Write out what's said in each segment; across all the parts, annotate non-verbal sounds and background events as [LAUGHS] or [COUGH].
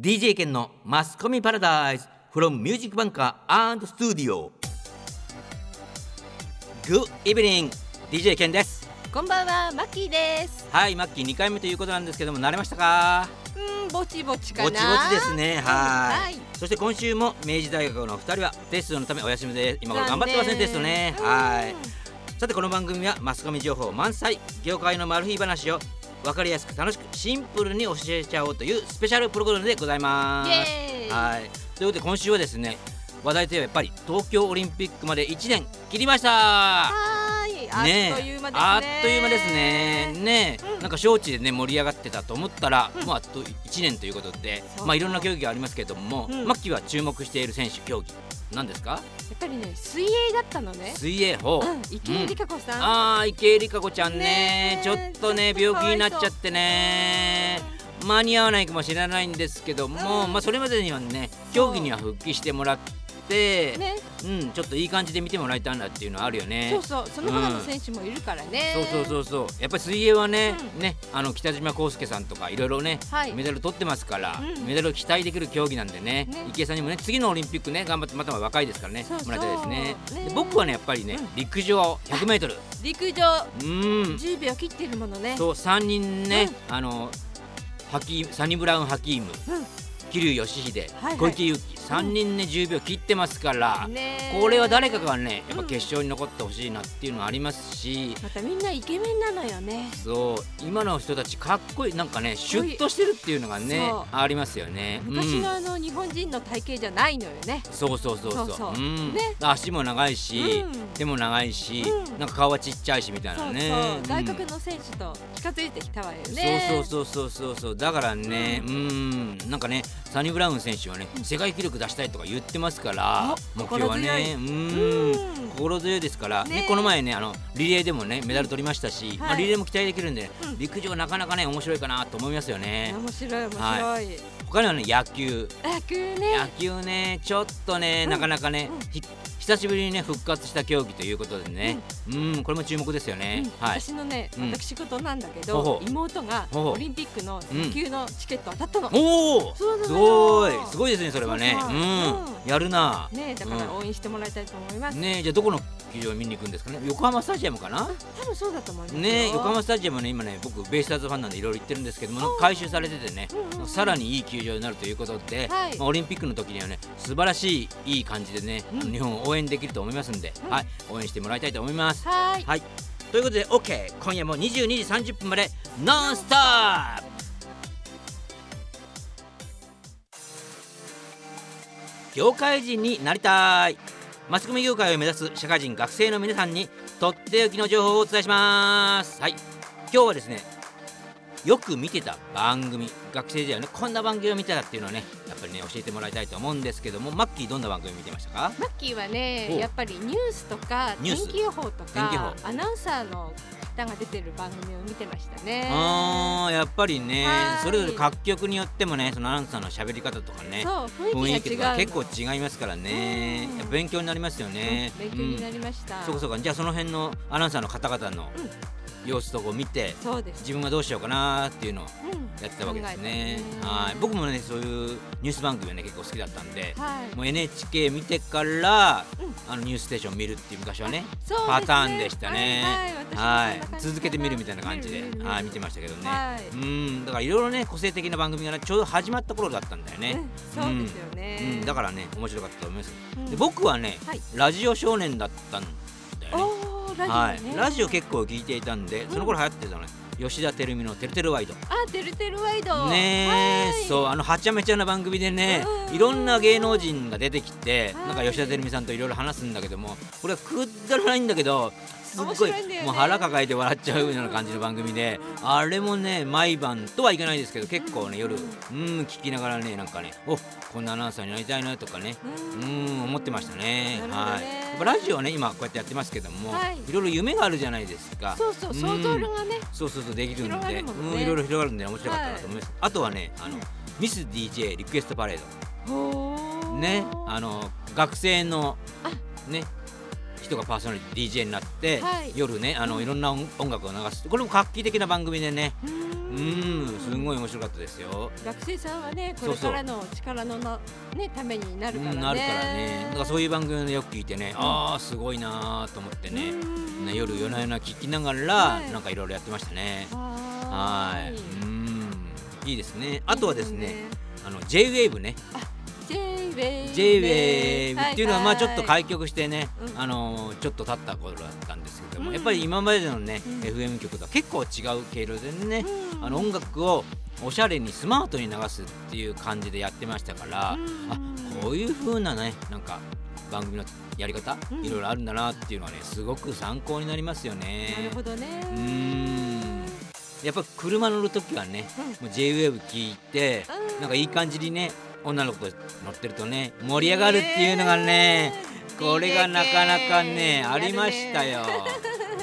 22DJ 県のマスコミパラダイス from ミュージックバンカー and スタジオ Good evening DJ 県ですこんばんは、マッキーです。はいマッキー2回目ということなんですけども慣れましたかうん、ぼちぼちかな。ぼちぼちですねははいいそして今週も明治大学の2人はテストのためお休みで今頃頑張残ってま念せんテストねうんはいさてこの番組はマスコミ情報満載業界のマル秘話を分かりやすく楽しくシンプルに教えちゃおうというスペシャルプログラムでございます。イエーイはいということで今週はですね話題といえばやっぱり東京オリンピックまで1年切りましたはーい、あっという間ですね。あっという間ですね。ねえ、うんなんか招致でね盛り上がってたと思ったら、うんもうあと1年ということでそ、うまあいろんな競技がありますけども、うんマッキーは注目している選手競技なんですか？やっぱりね、水泳だったのね。水泳法。うん、池江璃花子さん。ああ池江璃花子ちゃんねねえちょっとねちょっ病と気になっちゃってね間に合わないかもしれないんですけども、うんまあそれまでにはね競技には復帰してもらって、ね、うんちょっといい感じで見てもらいたいなっていうのはあるよね。そうそう、その他の選手もいるからね。そうそうう。そうそうやっぱり水泳はね、うねあの北島康介さんとかいろいろね、はいメダル取ってますから、うんメダルを期待できる競技なんでねね池江さんにもね次のオリンピックね頑張ってまたまだ若いですからねそうそうもらいたいですねねで僕はねやっぱりね、うん陸上 100m 陸う上ーん10秒切ってるものね。そう3人ね、あのハキサニブラウン・ハキームうん桐生義秀、はいはい小池祐希3人ね10秒切ってますから、ね。これは誰か。がねやっぱうん決勝に残ってほしいなっていうのはありますし、またみんなイケメンなのよね。そう今の人たちかっこいいなんかねシュかっこいいッとしてるっていうのがねそうありますよね。昔のうんあの日本人の体型じゃないのよね。そうそうそうそうそうそううんね足も長いし、うん手も長いし、うんなんか顔はちっちゃいしみたいそなうねそう、外うん国の選手と近づいてきたわよね。そうそうそうそうそうそうだからねうんなんかねサニブラウン選手はね世界記録出したいとか言ってますからあ目標は心強ねいうんうん心強いですからねねこの前ねあのリレーでもねメダル取りましたしまあはいリレーも期待できるんでうん陸上なかなかね面白いかなと思いますよね面白い面白い、は他にはね野球楽野ね球ねちょっとねうんなかなかねうんひ久しぶりにね復活した競技ということでねうんこれも注目ですよねうんはい私のね、うん私事なんだけほどうほう妹がほうほうオリンピックの野球のチケット当たったの、おおすそうなのごいよすごいですねそれはねそうそうううんやるなねだから応援してもらいたいと思います、ねじゃあどこの球場見に行くんですかね横浜スタジアムかな多分そうだと思いますよね横浜スタジアムね今ね僕ベイスターズファンなんでいろいろ行ってるんですけどもなんか改修されててねうんうんうんさらにいい球場になるということで、はいまあオリンピックの時にはね素晴らしいいい感じでね、うん日本を応援できると思いますんで、うんはい応援してもらいたいと思います。はーいはいということで OK 今夜も22時30分までノンストップ業界人になりたいマスコミ業界を目指す社会人学生の皆さんにとっておきの情報をお伝えしますはい今日はですねよく見てた番組学生時代はねこんな番組を見てたっていうのをねやっぱりね教えてもらいたいと思うんですけどもマッキーどんな番組見てましたかマッキーはほうねやっぱりニュースとかニュー天ス気予報と天気予か報アナウンサーの方が出てる番組を見てましたねあーやっぱりねはいそれぞれ各局によってもねそのアナウンサーの喋り方とかねそう雰雰囲囲気気とがか違う結構違いますからねうんやっぱ勉強になりますよねね、勉強になりました、うんそうかそうかじゃあその辺のアナウンサーの方々のうん様子とかを見てそうです自分はどうしようかなっていうのをうんやってたわけですね考えたはい僕もねそういうニュース番組はね結構好きだったんではいもう NHK 見てからうんあのニュースステーション見るっていう昔はねそうですねパターンでしたねはいはい、私もそんな感じかはない続けて見るみたいな感じで見る見るはい見てましたけどねはいうんだからいろいろね個性的な番組がねちょうど始まった頃だったんだよねうんそうですよね、うんだからね面白かったと思いますうんで僕はねはいラジオ少年だったんだよねおーはラジオね、い、ラジオ結構聞いていたんで、その頃流行ってたのね吉田照美の「てるてるワイド」あてるてるワイドねはえいそうあのはちゃめちゃな番組でねうんいろんな芸能人が出てきてはいなんか吉田照美さんといろいろ話すんだけどもこれはくだらないんだけどすっごい面白いんだよねもう腹抱えて笑っちゃうような感じの番組であれもね毎晩とはいかないですけど結構ね夜ううんん聞きながらねなんかねおこんなアナウンサーになりたいなとかねうんうん思ってましたねなるほどねはいやっぱラジオはね今こうやってやってますけどもはいいろいろ夢があるじゃないですかそうそううん想像力がね、そうそうそうできるんで広がるもんねうんいろいろ広がるんで面白かったなと思います、あとはねあの、うんミス DJ リクエストパレーほドーねあの学生のあね人がパーソナリティ DJ になって、はい夜ねあのいろんな音音楽を流すこれも画期的な番組でね、ううんうんすんごい面白かったですよ、学生さんはねこそうれそうからの力のなねためになるうからね。ん、なるからねだからそういう番組でよく聞いてね、んああすごいなーと思ってね、うんね夜夜な夜な聞きながら、はいなんかいろいろやってましたねははーいい。うんいいですねあとはですねいいあの JWAVE ねですね。J-Wave。 JWAVE っていうのはまあちょっとはい開局してね、うんあのちょっと経った頃だったんですけども、うんやっぱり今までのね、うん FM 局とは結構違う経路でね、うんあの音楽をおしゃれにスマートに流すっていう感じでやってましたから、うんあこういう風なねなんか番組のやり方、うんいろいろあるんだなっていうのはねすごく参考になりますよね。なるほどね。うーんやっぱ車乗る時はね、もう JWAVE 聞いて、うんなんかいい感じにね女の子と乗ってるとね盛り上がるっていうのがね、これがなかなかねありましたよ。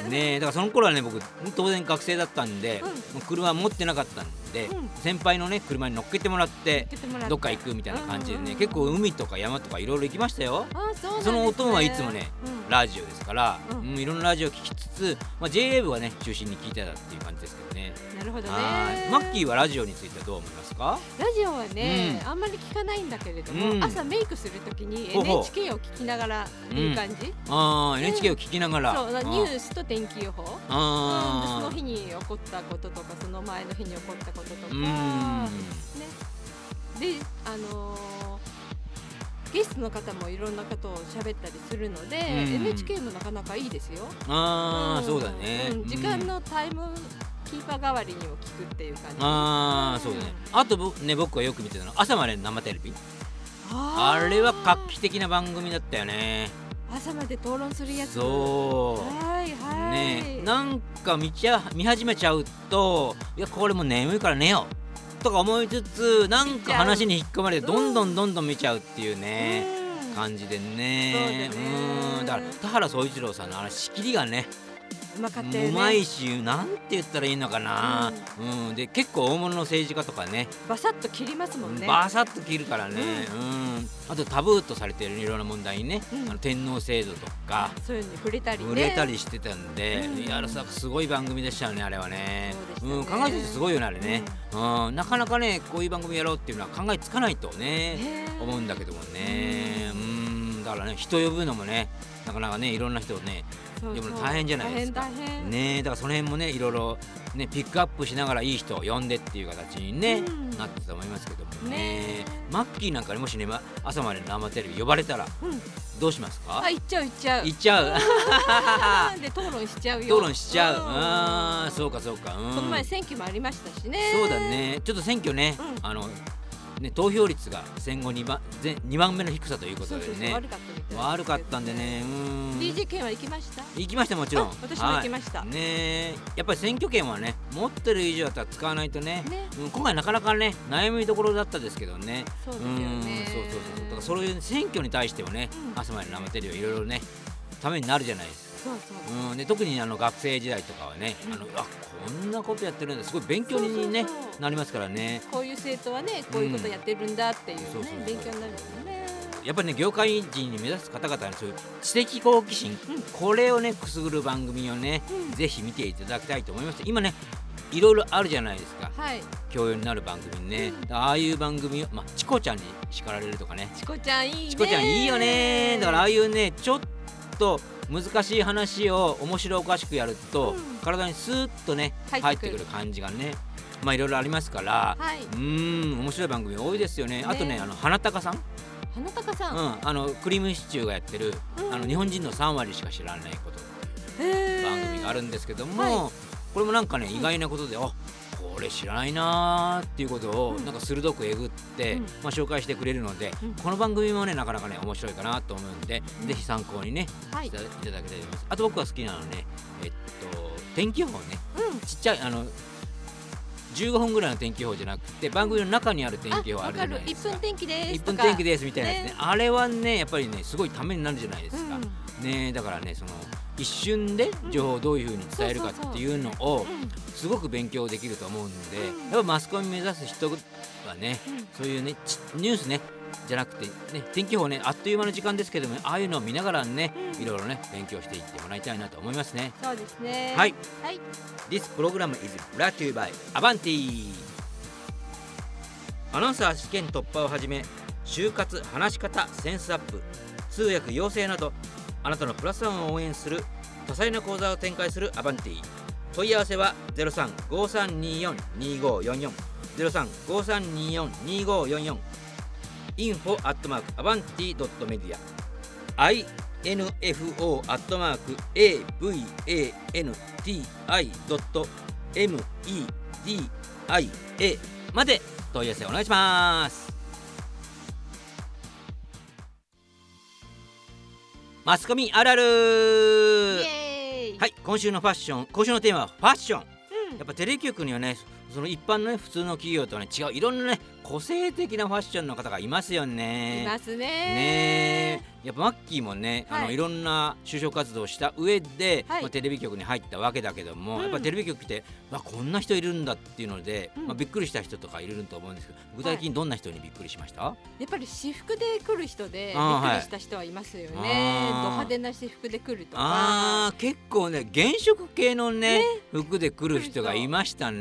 ねえだからその頃はね僕当然学生だったんで、うんもう車持ってなかったんで、うん先輩のね車に乗っけてもらってどっか行く。くみたいな感じでね、うんうんうん結構海とか山とかいろいろ行きましたよ。あそうなんですねそのお供はいつもねうんラジオですから、ううんんいろんなラジオを聞きつつ、まあ、JA 部はね中心に聞いてたっていう感じですけどね。なるほどねはいマッキーはラジオについてはどう思いますかラジオはね、うあんまり聞かないんだけれども、うん朝メイクするときにほうほう NHK を聞きながらっていう感じ、あーん NHK を聞きながら。そうなあーニュースと天気予報、うん、そあの日に起こったこととかその前の日に起こったこととか、ーうんね、であのーゲストの方もいろんなことを喋ったりするので、ん NHK もなかなかいいですよ。あーんそうだね、うん時間うんのタイムキーパー代わりにも聞くっていう感じ。あーそうだねあとぼね僕がよく見てたのは朝までの生テレビあーれは画期的な番組だったよね朝まで討論するやつ。そはいはうねい。なんか見ちゃ見始めちゃうといやこれもう眠いから寝ようとか思いつつなんか話に引っ込まれて見ちゃどうんどんどんどん見ちゃうっていうね、うん感じでねそうだねうんだから田原総一郎さんのあの仕切りがねうまかったよね。うまいしなんて言ったらいいのかな、うんで結構大物の政治家とかねバサッと切りますもんね。バサッと切るからね、うんあとタブーとされてるいろんな問題にね、うんあの天皇制度とかそういうのに触れたりね。触れたりしてたんで、うんいやさすごい番組でしたよねあれはねそうでしたねん、考えててすごいよねあれね、うんなかなかねこういう番組やろうっていうのは考えつかないとねね思うんだけどもねうんだからね人呼ぶのもねなかなかねいろんな人をねそうそうでも大変じゃないですか大変大変。ねだからその辺もねいろいろねピックアップしながらいい人を呼んでっていう形にね、うんなってたと思いますけどもねねマッキーなんかにもしねま朝まで生テレビ呼ばれたらうん。どうしますか、あ行っちゃう行っちゃう。行っちゃあーで討論しちゃうう [LAUGHS] よ。討論しちゃううんあーそうかそうかうんこの前選挙もありましたしね。そうだ。ねちょっと選挙ね、うんあのね投票率が戦後2番前二番目の低さということそうでそうそうね悪かったみたいな。悪かったんで。ねうん DJ 県は行きました。行きましたもちろんあ私も行きましたはいねえやっぱり選挙権はね持ってる以上だったら使わないとねねうん、今回なかなかね悩みどころだったですけどねそうですんよね。そうそうそうだからそういう選挙に対してもね、うん朝まで生テレビはいろいろねためになるじゃないですか、そうそう。うん、で特にあの学生時代とかはね、うんあのあこんなことやってるんだすごい勉強にねそうそうそうなりますからねこういう生徒はねこういうことやってるんだっていうねうんそうそうそう勉強になるよね。やっぱりね業界人に目指す方々のそういう知的好奇心、うんこれをねくすぐる番組をね、うんぜひ見ていただきたいと思いました今ねいろいろあるじゃないですかはい。教養になる番組ね、うああいう番組をまあチコちゃんに叱られるとかねチコちゃんいいね。チコちゃんいいよねだからああいいうねちょっと難しい話を面白おかしくやると、うん体にスーッとね入って入ってくるくる感じがねまあいろいろありますから、はいうーん面白い番組多いですよねねあとねあの花高さん、花高さん。うん、あのクリームシチューがやってる、うんあの日本人の3割しか知らないこと番番組があるんですけども、はこれもなんかね意外なことで、あこれ知らないなーっていうことをうんなんか鋭くえぐって、うんまあ、紹介してくれるので、うんこの番組もねなかなかね面白いかなと思うんで、うんぜひ参考にねはいいた。だいただきたいと思いますあと僕が好きなのはねえっと天気予報ねうん。ちっちゃいあの15分ぐらいの天気予報じゃなくて番組の中にある天気予報あわるじゃかなるい。で一すか分天気です。 1分天気で。ですみたいなやつねねあれはねやっぱりねすごいためになるじゃないですか、うんねだからねその一瞬で情報をどういうふうに伝えるかっていうのをうんすごく勉強できると思うんでうんやっぱマスコミ目指す人はねうんそういうねちニュースねじゃなくて、ね、天気予報ねあっという間の時間ですけどもああいうのを見ながらねうんいろいろね勉強していってもらいたいなと思いますね。そうですねはいはい、 This program is brought to you by Avanti アナウンサー試験突破をはじめ就活話し方センスアップ通訳養成などあなたのプラスワンを応援する多彩な講座を展開するアバンティ問い合わせは0353242544 0353242544 info at mark avanti.media info at mark avanti.media まで問い合わせお願いしますマスコミあるあイるエーイ、はいい今週のファッション今週のテーマはファッションうんやっぱテレビ局にはねその一般のね普通の企業とはね違ういろんなね個性的なファッションの方がいますよねいますねねえやっぱマッキーもね、あのはいいろんな就職活動をした上で、はいまあ、テレビ局に入ったわけだけども、うんやっぱテレビ局って、まあ、こんな人いるんだっていうので、うんまあ、びっくりした人とかいると思うんですけど具体的にどんな人にびっくりしました、やっぱり私服で来る人でびっあーくりした人はいますよね、あード派手な私服で来るとかあー結構ね原色系のねね服で来る人がいましたね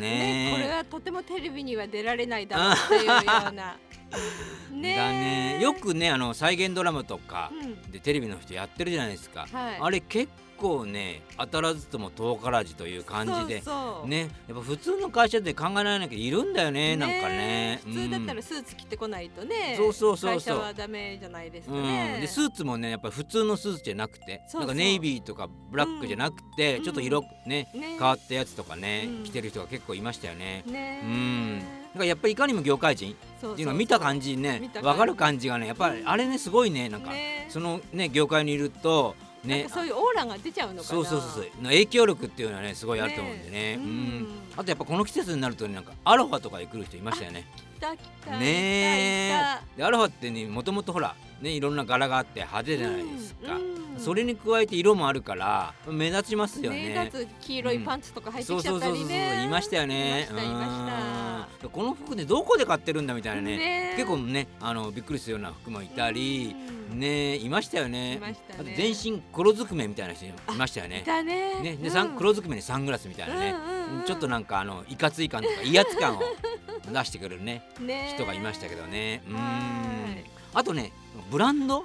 ね、これはとてもテレビには出られないだろうっていうよ [LAUGHS] うなねだねよ、くねあの再現ドラマとかうんでテレビの人やってるじゃないですか、はい、あれ結構ね当たらずとも遠からずという感じでそうそうね、やっぱ普通の会社で考えられなきゃいるんだよね、なんかね。普通だったうんらスーツ着てこないとね、そうそうそう会そ社う。はダメじゃないですかね、うん、でスーツもねやっぱ普通のスーツじゃなくてそうそうなんかネイビーとかブラックじゃなくて、うんちょっと色ねね変わったやつとかね、うん着てる人が結構いましたよね。ねうん、だからやっぱりいかにも業界人そうそうっていうのは見た感じね見た感じわかる感じがねやっぱりあれねすごいねなんか、ねそのね業界にいるとなんねかそういうオーラが出ちゃうのかなそうそうそうそうの影響力っていうのはねすごいあると思うんでねねうんうんあとやっぱこの季節になるとねなんかアロハとかで来る人いましたよね来た来たねえ来た来でアロハってねもともとほらねいろんな柄があって派手じゃないですか、うんうんそれに加えて色もあるから目立ちますたよね目立つ黄色いパンツとか入ってそうきちそゃうっそたうそうりそうねいましたよねいましたいまうんこの服ねどこで買ってるんだみたいしたなねね結構ねあのびっくりするような服もいたり、うんねいましたよねいましたねあと全身黒ずくめみたいな人いましたよねいたねね、で、うんさん、黒ずくめにサングラスみたいなね、うんうんうんちょっとなんかあのいかつい感とか威圧感を出してくれるね [LAUGHS] ね人がいましたけどねうーんはいあとねブランド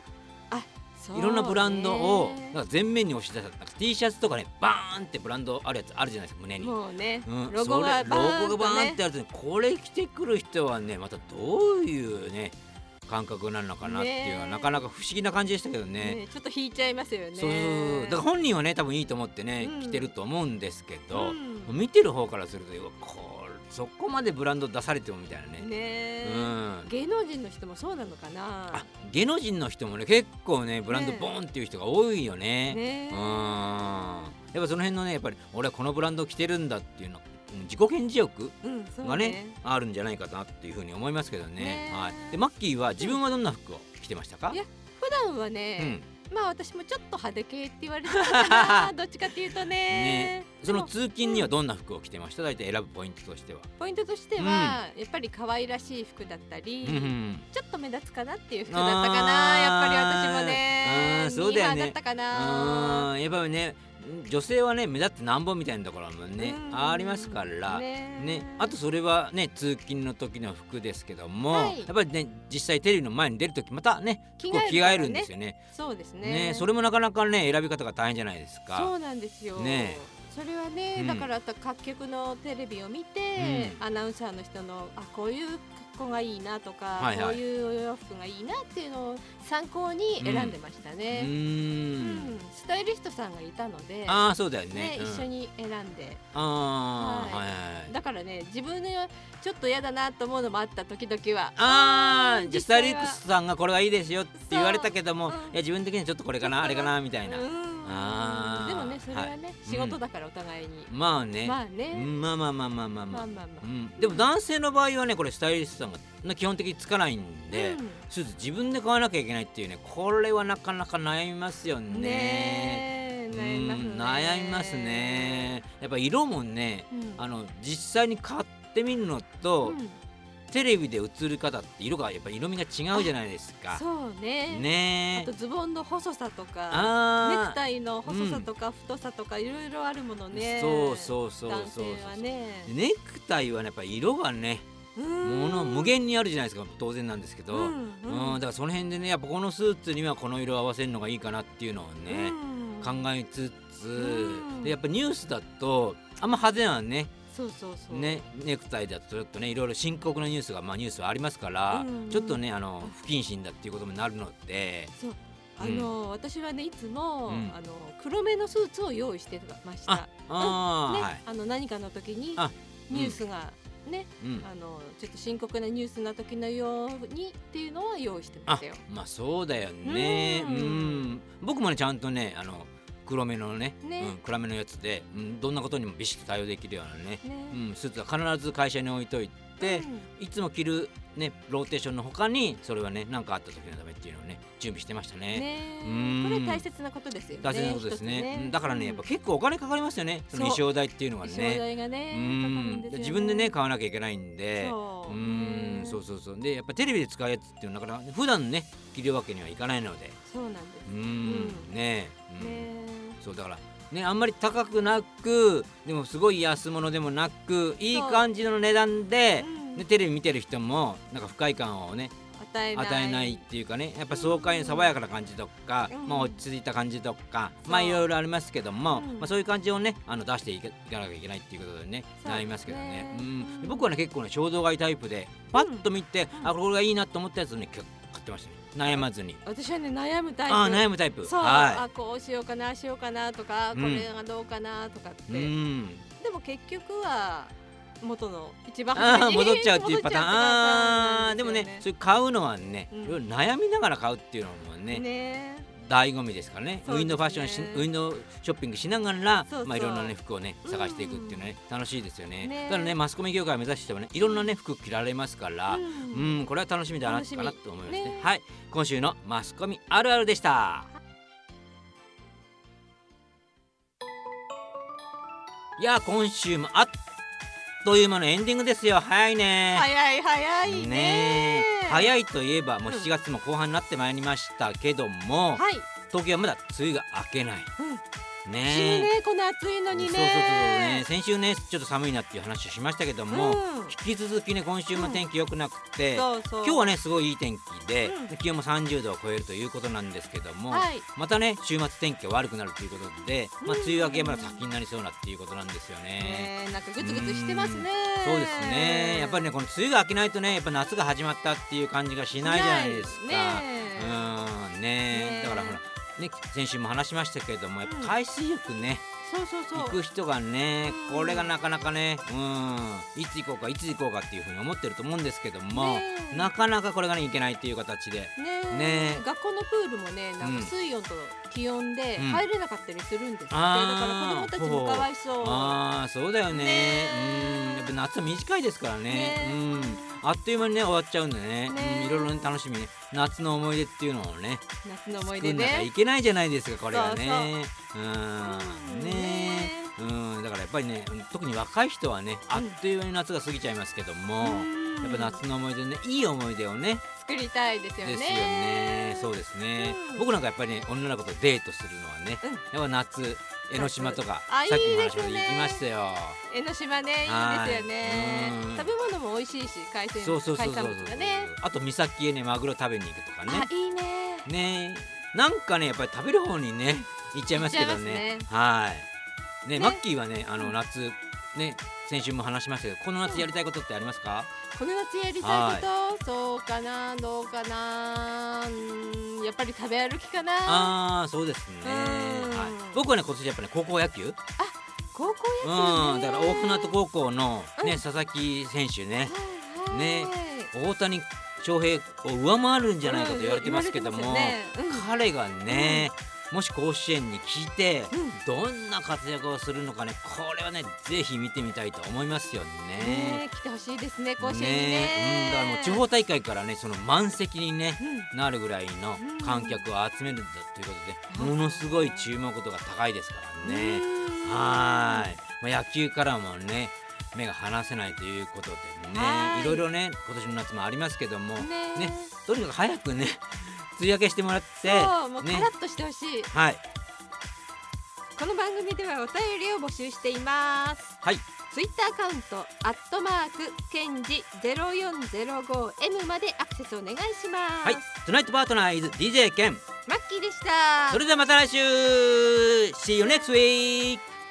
そういろんなブランドをねなんか全面に押し出したなんか T シャツとかねバーンってブランドあるやつあるじゃないですか胸に。もうねうんロゴがそれバーンロゴがバーンっとてねあるとねこれ着てくる人はねまたどういうね感覚なのかなっていうのはねなかなか不思議な感じでしたけどねねちょっと引いちゃいますよねそうそうそうだから本人はね多分いいと思ってね、うん着てると思うんですけど、うん見てる方からするとうわこれそこまでブランド出されてもみたいなねねうん芸能人の人もそうなのかあな芸能人の人もね結構ねブランドねボーンっていう人が多いよねねうんやっぱその辺のねやっぱり俺はこのブランド着てるんだっていうのうん自己顕示欲うんそうがねあるんじゃないかなっていうふうに思いますけどねねはい、でマッキーは自分はどんな服を着てましたか、いや普段はうねんまあ私もちょっと派手系って言われてたか [LAUGHS] などっちかっていうとねねそのでも通勤にはどんな服を着てました大体選ぶポイントとしては、ポイントとしてはやっぱり可愛らしい服だったりうんうんちょっと目立つかなっていう服だったかなやっぱり私もあねーそうだよねミーハーだったかなあーやっぱりね女性はね目立ってなんぼみたいなところもねうんありますからねねあとそれはね通勤の時の服ですけども、はいやっぱりね実際テレビの前に出る時またね着こう着替えるからんねですよねそうですねねそれもなかなかね選び方が大変じゃないですそかうなんですよねそれはね、うんだから各局のテレビを見て、アナウンサーの人のあこういう格好がいいなとか、はいはいこういうお洋服がいいなっていうのを参考に選んでましたうね、ーうんんスタイリストさんがいたのでああそうだよねねうん一緒に選んでああははいいはいだからね自分のちょっと嫌だなと思うのもあった時々はあーうんじゃあ実スタイ際リはストさんがこれがいいですよって言われたけども、そううんいや自分的にはちょっとこれかなあれかなみたいな、あうーんでもねそれはね、仕事だからお互いに、まあね、まあうね、んまあまあまあまあまあままああ、まあまあ、うん、でも男性の場合はねこれスタイリストさんが基本的につかないんで、うんスーツ自分で買わなきゃいけないっていうねこれはなかなか悩みますよねねえ悩みますうねん悩みますねやっぱ色もねうんあの実際に買ってみるのと、うんテレビで映る方って色がやっぱ色味が違うじゃないですかそうねあねとズボンの細さとかネあクあタイの細さとか太さとかいろいろあるものね、そうそうそうそう男そう性はねネクタイはねやっぱ色がねもの無限にあるじゃないですか当然なんですけど、ううんんうんだからその辺でねやっぱこのスーツにはこの色を合わせるのがいいかなっていうのをね、うん考えつつ、うんでやっぱニュースだとあんま派手なねそうそうそうねネクタイだとちょっとねいろいろ深刻なニュースが、まあ、ニュースはありますから、うんちょっとねあの不謹慎だっていうことになるのでそうあの、私はねいつも、うんあの黒目のスーツを用意してましたああー、ねはい、あの何かの時にあうんニュースがね、うん、あのちょっと深刻なニュースの時のようにっていうのは用意してまあしたよ。まあそうだよねううんん僕もねちゃんとねあの黒目のねねうん、暗めのやつで、うん、どんなことにもビシッと対応できるようなね、ね、うん、スーツは必ず会社に置いといて、うんいつも着る、ね、ローテーションの他にそれはね何かあった時のためっていうのをね準備してましたね。ねうんこれ大切なことですよね。大事なことですね一つうんだからねやっぱ結構お金かかりますよねそのそう衣装代っていうのは衣ね装代がうね、んかかるんすよ自分でね買わなきゃいけないんでそうう、んねそうそうそうでやっぱテレビで使うやつっていうのはなかなか普段ね着るわけにはいかないのでそうなんですう。んねえ、うんね、そうだからねあんまり高くなくでもすごい安物でもなくいいそう感じの値段で、うんね、テレビ見てる人もなんか不快感をね与えない与えないっていうかねやっぱ爽快な爽やかな感じとか、うんまあ、落ち着いた感じとか、そうまあいろいろありますけども、うんまあ、そういう感じをねあの出していかいかなきゃいけないっていうことでねそうですねなりますけどね、うん、うでん僕はね結構ね衝動買いタイプでパッと見て、うんあこれがいいなと思ったやつをねきょ買ってましたね悩まずに。私はね悩むタイプ。ああー悩むタイプそう、はあこうしようかなああしようかなとか、うんこれがどうかなとかって、い。うんでも結局は元の一番あ端あ [LAUGHS] に戻っちゃうっていう戻パっタちーンああゃうーっでてパもターンなんすよねそういう買うのはね、うんいろいろ悩みながら買うっていうのもねね醍醐味ですからねそうウでィすねンドウファッションしウィンドウショッピングしながらそうそうまあ、いろんな、ね、服をね探していくっていうのはね、楽しいですよねねただねマスコミ業界を目指してもねいろんなね服着られますから、うんんこれは楽しみだな楽しみかなと思いますねねはい今週のマスコミあるあるでしたいや今週もあっという間のエンディングですよ早いね早い早いねねえい早いといえばもううん7月も後半になってまいりましたけども、はい、東京はまだ梅雨が明けないうん、死ぬねねこの暑いのえにそうそうそねうそうね先週ねちょっと寒いなっていう話をしましたけども、うん引き続きね今週も天気良くなくて、そうそう今日はねすごいいい天気で、うんで気温も30度を超えるということなんですけども、はいまたね週末天気が悪くなるということで、まあ、うん梅雨明けまだ先になりそうなっていうことなんですよね。ねえなんかグツグツしてますねそうですねやっぱりねこの梅雨が明けないとねやっぱ夏が始まったっていう感じがしないじゃないですか。ねうえーんねねだからほらね先週も話しましたけれどもやっぱうん海水浴ね、そうそう行そうく人がねうんこれがなかなかねうんいつ行こうかいつ行こうかっていうふうに思ってると思うんですけども、ねえなかなかこれがね行けないっていう形で。ねえねえ学校のプールもねなんうんか水温と気温でうん入れなかったりするんですって、あーだから子どもたちもかわいそうあーそうだよねねえうんやっぱ夏は短いですからねねえうんあっという間にね終わっちゃうんでねねうんえいろいろね楽しみね夏の思い出っていうのをね夏の思い作出んなきゃいねけないじゃないですかこれはねううんんねえうんだからやっぱりね特に若い人はねあっという間に夏が過ぎちゃいますけども、うんやっぱ夏の思い出ねいい思い出をね作りたいですよでねすよねそうですね、うん僕なんかやっぱりね女の子とデートするのはね、うんやっぱ夏江ノ島とかあさっきいいのです話ねまで行きましたよ江ノ島ねいいですよねはいうん食べ物も美味しいし海鮮そうそうそうそうそう海産物がねあと岬へねマグロ食べに行くとかねあいいねねなんかねやっぱり食べる方にね行っちゃいますけどね行っちゃいますはいねねマッキーはねあのうん夏ね先週も話しましたけどこの夏やりたいことってありますか、この夏やりたいことそうかなどうかなうんやっぱり食べ歩きかなああそうですね、うんはい、僕はね今年やっぱね高校野球高校う野球ん、ねだから大船渡高校の、ねう佐々木選手ねはいはいね大谷翔平を上回るんじゃないかと言われてますけども、うん言われてますよね彼がね、もし甲子園に来て、うんどんな活躍をするのかねこれはねぜひ見てみたいと思いますよね。うんねえ来てほしいですね甲子園にうねん、だからもう地方大会からねその満席にねうんなるぐらいの観客を集めるんだということでものすごい注目度が高いですからね。うんはーい、まあ、野球からもね目が離せないということではねーいいろいろね今年の夏もありますけども、ねねとにかく早くね梅雨明けしてもらってそうもうカねラッとしてほしい、はいこの番組ではお便りを募集していますはいツイッターアカウントアットマークケンジゼロ四ゼロ五 M までアクセスお願いします、はい「トゥナイトパートナー is DJ ケンマッキーでしたそれではまた来週 See you next week!